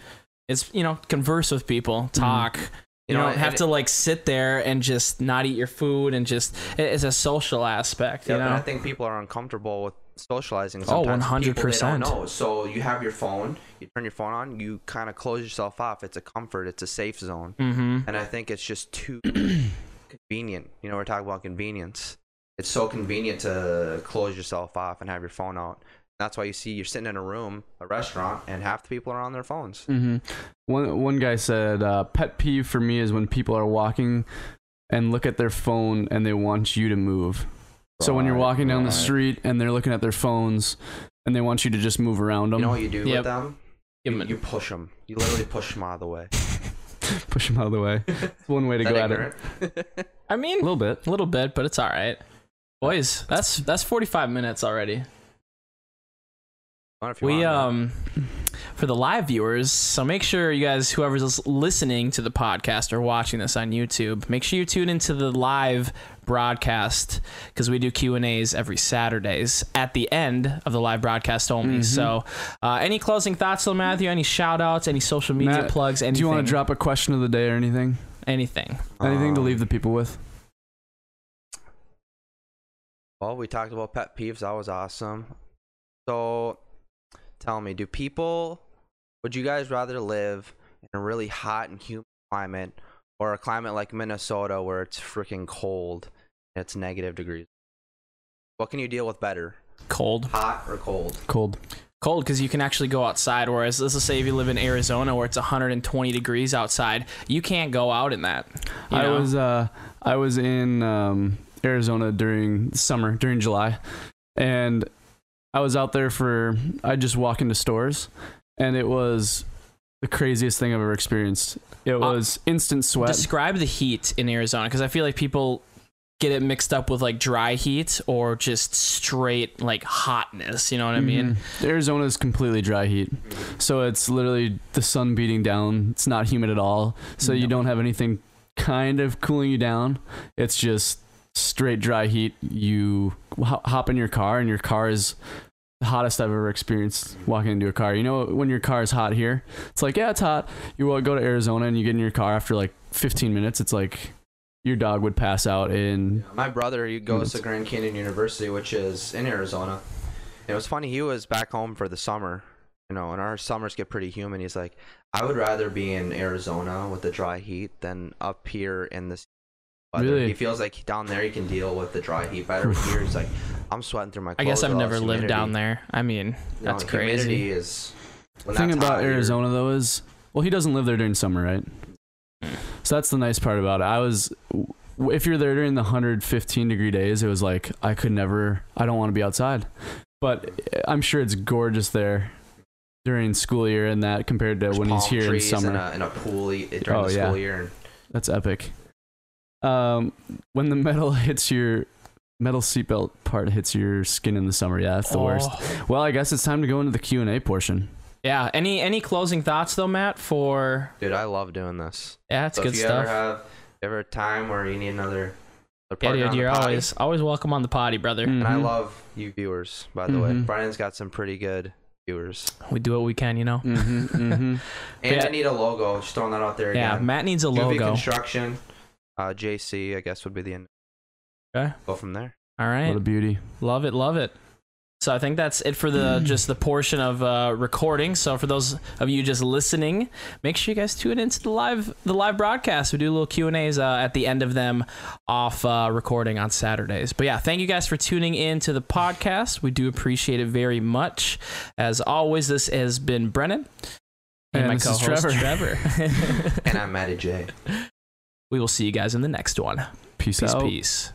S2: It's you know converse with people, talk. You,
S3: Mm-hmm. You know,
S2: don't have
S3: and-
S2: to like sit there and just not eat your food and just it- it's a social aspect.
S3: Yeah,
S2: you know,
S3: and I think people are uncomfortable with socializing.
S2: Oh,
S3: Sometimes with people they
S2: 100%.
S3: don't know. So you have your phone. You turn your phone on. You kind of close yourself off. It's a comfort. It's a safe zone.
S2: mm-hmm.
S3: and I think it's just too convenient. You know, we're talking about convenience. It's so convenient to close yourself off and have your phone out. That's why you see you're sitting in a room, a restaurant, and half the people are on their phones.
S1: hmm One one guy said, uh, "Pet peeve for me is when people are walking and look at their phone and they want you to move." So when you're walking down the street and they're looking at their phones, and they want you to just move around them.
S3: You know what you do
S2: Yep.
S3: with them?
S2: Give him
S3: You,
S2: a-
S3: you push them. You literally push them out of the way.
S1: Push them out of the way. It's one way to
S3: Is
S1: go at
S3: that
S1: it.
S3: ignorant?
S2: I
S1: A
S2: mean,
S1: little bit.
S2: a little bit, but it's all right. Boys, that's that's 45 minutes already.
S3: Wonder if you
S2: We
S3: want that.
S2: um for the live viewers, so make sure you guys whoever's lis- listening to the podcast or watching this on YouTube, make sure you tune into the live broadcast because we do Q&As every Saturdays at the end of the live broadcast
S1: Mm-hmm.
S2: only. So, uh, any closing thoughts on Matthew, any shout outs, any social media
S1: Matt,
S2: plugs, anything?
S1: Do you want to drop a question of the day or anything?
S2: anything?
S1: Anything to
S3: Um,
S1: leave the people with?
S3: Well, we talked about pet peeves. That was awesome. So, tell me, do people, would you guys rather live in a really hot and humid climate or a climate like Minnesota where it's freaking cold and it's negative degrees? What can you deal with better,
S2: Cold.
S3: hot or cold?
S1: Cold.
S2: cold because you can actually go outside. Whereas, let's just say if you live in Arizona where it's 120 degrees outside, you can't go out in that. you
S1: I
S2: know?
S1: was uh I was in um Arizona during summer, during July. And I was out there for I just walk into stores and it was the craziest thing I've ever experienced.
S2: Uh,
S1: It was instant sweat.
S2: describe the heat in Arizona because I feel like people get it mixed up with like dry heat or just straight like hotness. You know what I mean?
S1: Mhm. Arizona is completely dry heat, so it's literally the sun beating down. It's not humid at all, so you
S2: No.
S1: don't have anything kind of cooling you down. It's just straight dry heat. You ho- hop in your car, and your car is the hottest I've ever experienced walking into a car. You know when your car is hot here, it's like yeah, it's hot. You uh, go to Arizona and you get in your car after like 15 minutes. It's like your dog would pass out in
S3: My brother he goes
S1: Hmm.
S3: to Grand Canyon University, which is in Arizona. It was funny. He was back home for the summer, you know, and our summers get pretty humid. He's like, I would rather be in Arizona with the dry heat than up here in this. Weather.
S1: Really?
S3: He feels like down there he can deal with the dry heat better. But here he's like, I'm sweating through my.
S2: I
S3: Clothes
S2: guess I've
S3: with all
S2: never
S3: this
S2: lived
S3: humidity."
S2: down there. I mean,
S3: You know,
S2: that's
S3: Humidity
S2: crazy.
S3: is. when
S1: thing
S3: that's hot
S1: about
S3: here-
S1: Arizona though is, well, he doesn't live there during summer, right?
S3: Hmm.
S1: So that's the nice part about it. I was, w- if you're there during the 115 degree days, it was like I could never, I don't want to be outside. But eh, I'm sure it's gorgeous there during school year and that compared to
S3: there's
S1: when he's
S3: palm
S1: here in
S3: trees
S1: summer.
S3: and a, and a pool e- during
S1: Oh,
S3: the
S1: yeah.
S3: school year. And
S1: That's epic. Um, when the metal hits your metal seatbelt part hits your skin in the summer, yeah, that's the worst.
S2: Oh.
S1: Well, I guess it's time to go into the Q and A portion.
S2: Yeah. Any any closing thoughts though, Matt? For
S3: dude, I love doing this.
S2: yeah, that's
S3: so
S2: good
S3: if you
S2: stuff.
S3: ever have ever a time where you need another, another
S2: yeah,
S3: partner
S2: dude,
S3: on the
S2: you're
S3: potty,
S2: always Mm-hmm. always welcome on the potty, brother.
S3: and I
S1: Mhm.
S3: love you viewers. By the way,
S2: Mm-hmm.
S1: Mhm.
S3: Brian's got some pretty good viewers,
S2: We do what we can, you know.
S1: Mhm, mhm.
S3: and
S2: Yeah.
S3: I need a logo. Just throwing that out there
S2: Yeah,
S3: again.
S2: Matt needs a
S3: UV
S2: logo.
S3: Construction, uh, JC, I guess would be the end.
S2: Okay.
S3: Go from there.
S2: All right.
S1: What a beauty.
S2: Love it, love it. So I think that's it for the just the portion of uh, recording. So for those of you just listening, make sure you guys tune into the live the live broadcast. We do little Q and A's uh, at the end of them off uh, recording on Saturdays. But yeah, thank you guys for tuning in to the podcast. We do appreciate it very much. As always, this has been Brennan
S1: And this is
S2: Trevor.
S3: And I'm Matty J.
S2: we will see you guys in the next one.
S1: Peace
S2: Peace,
S1: out.
S2: peace.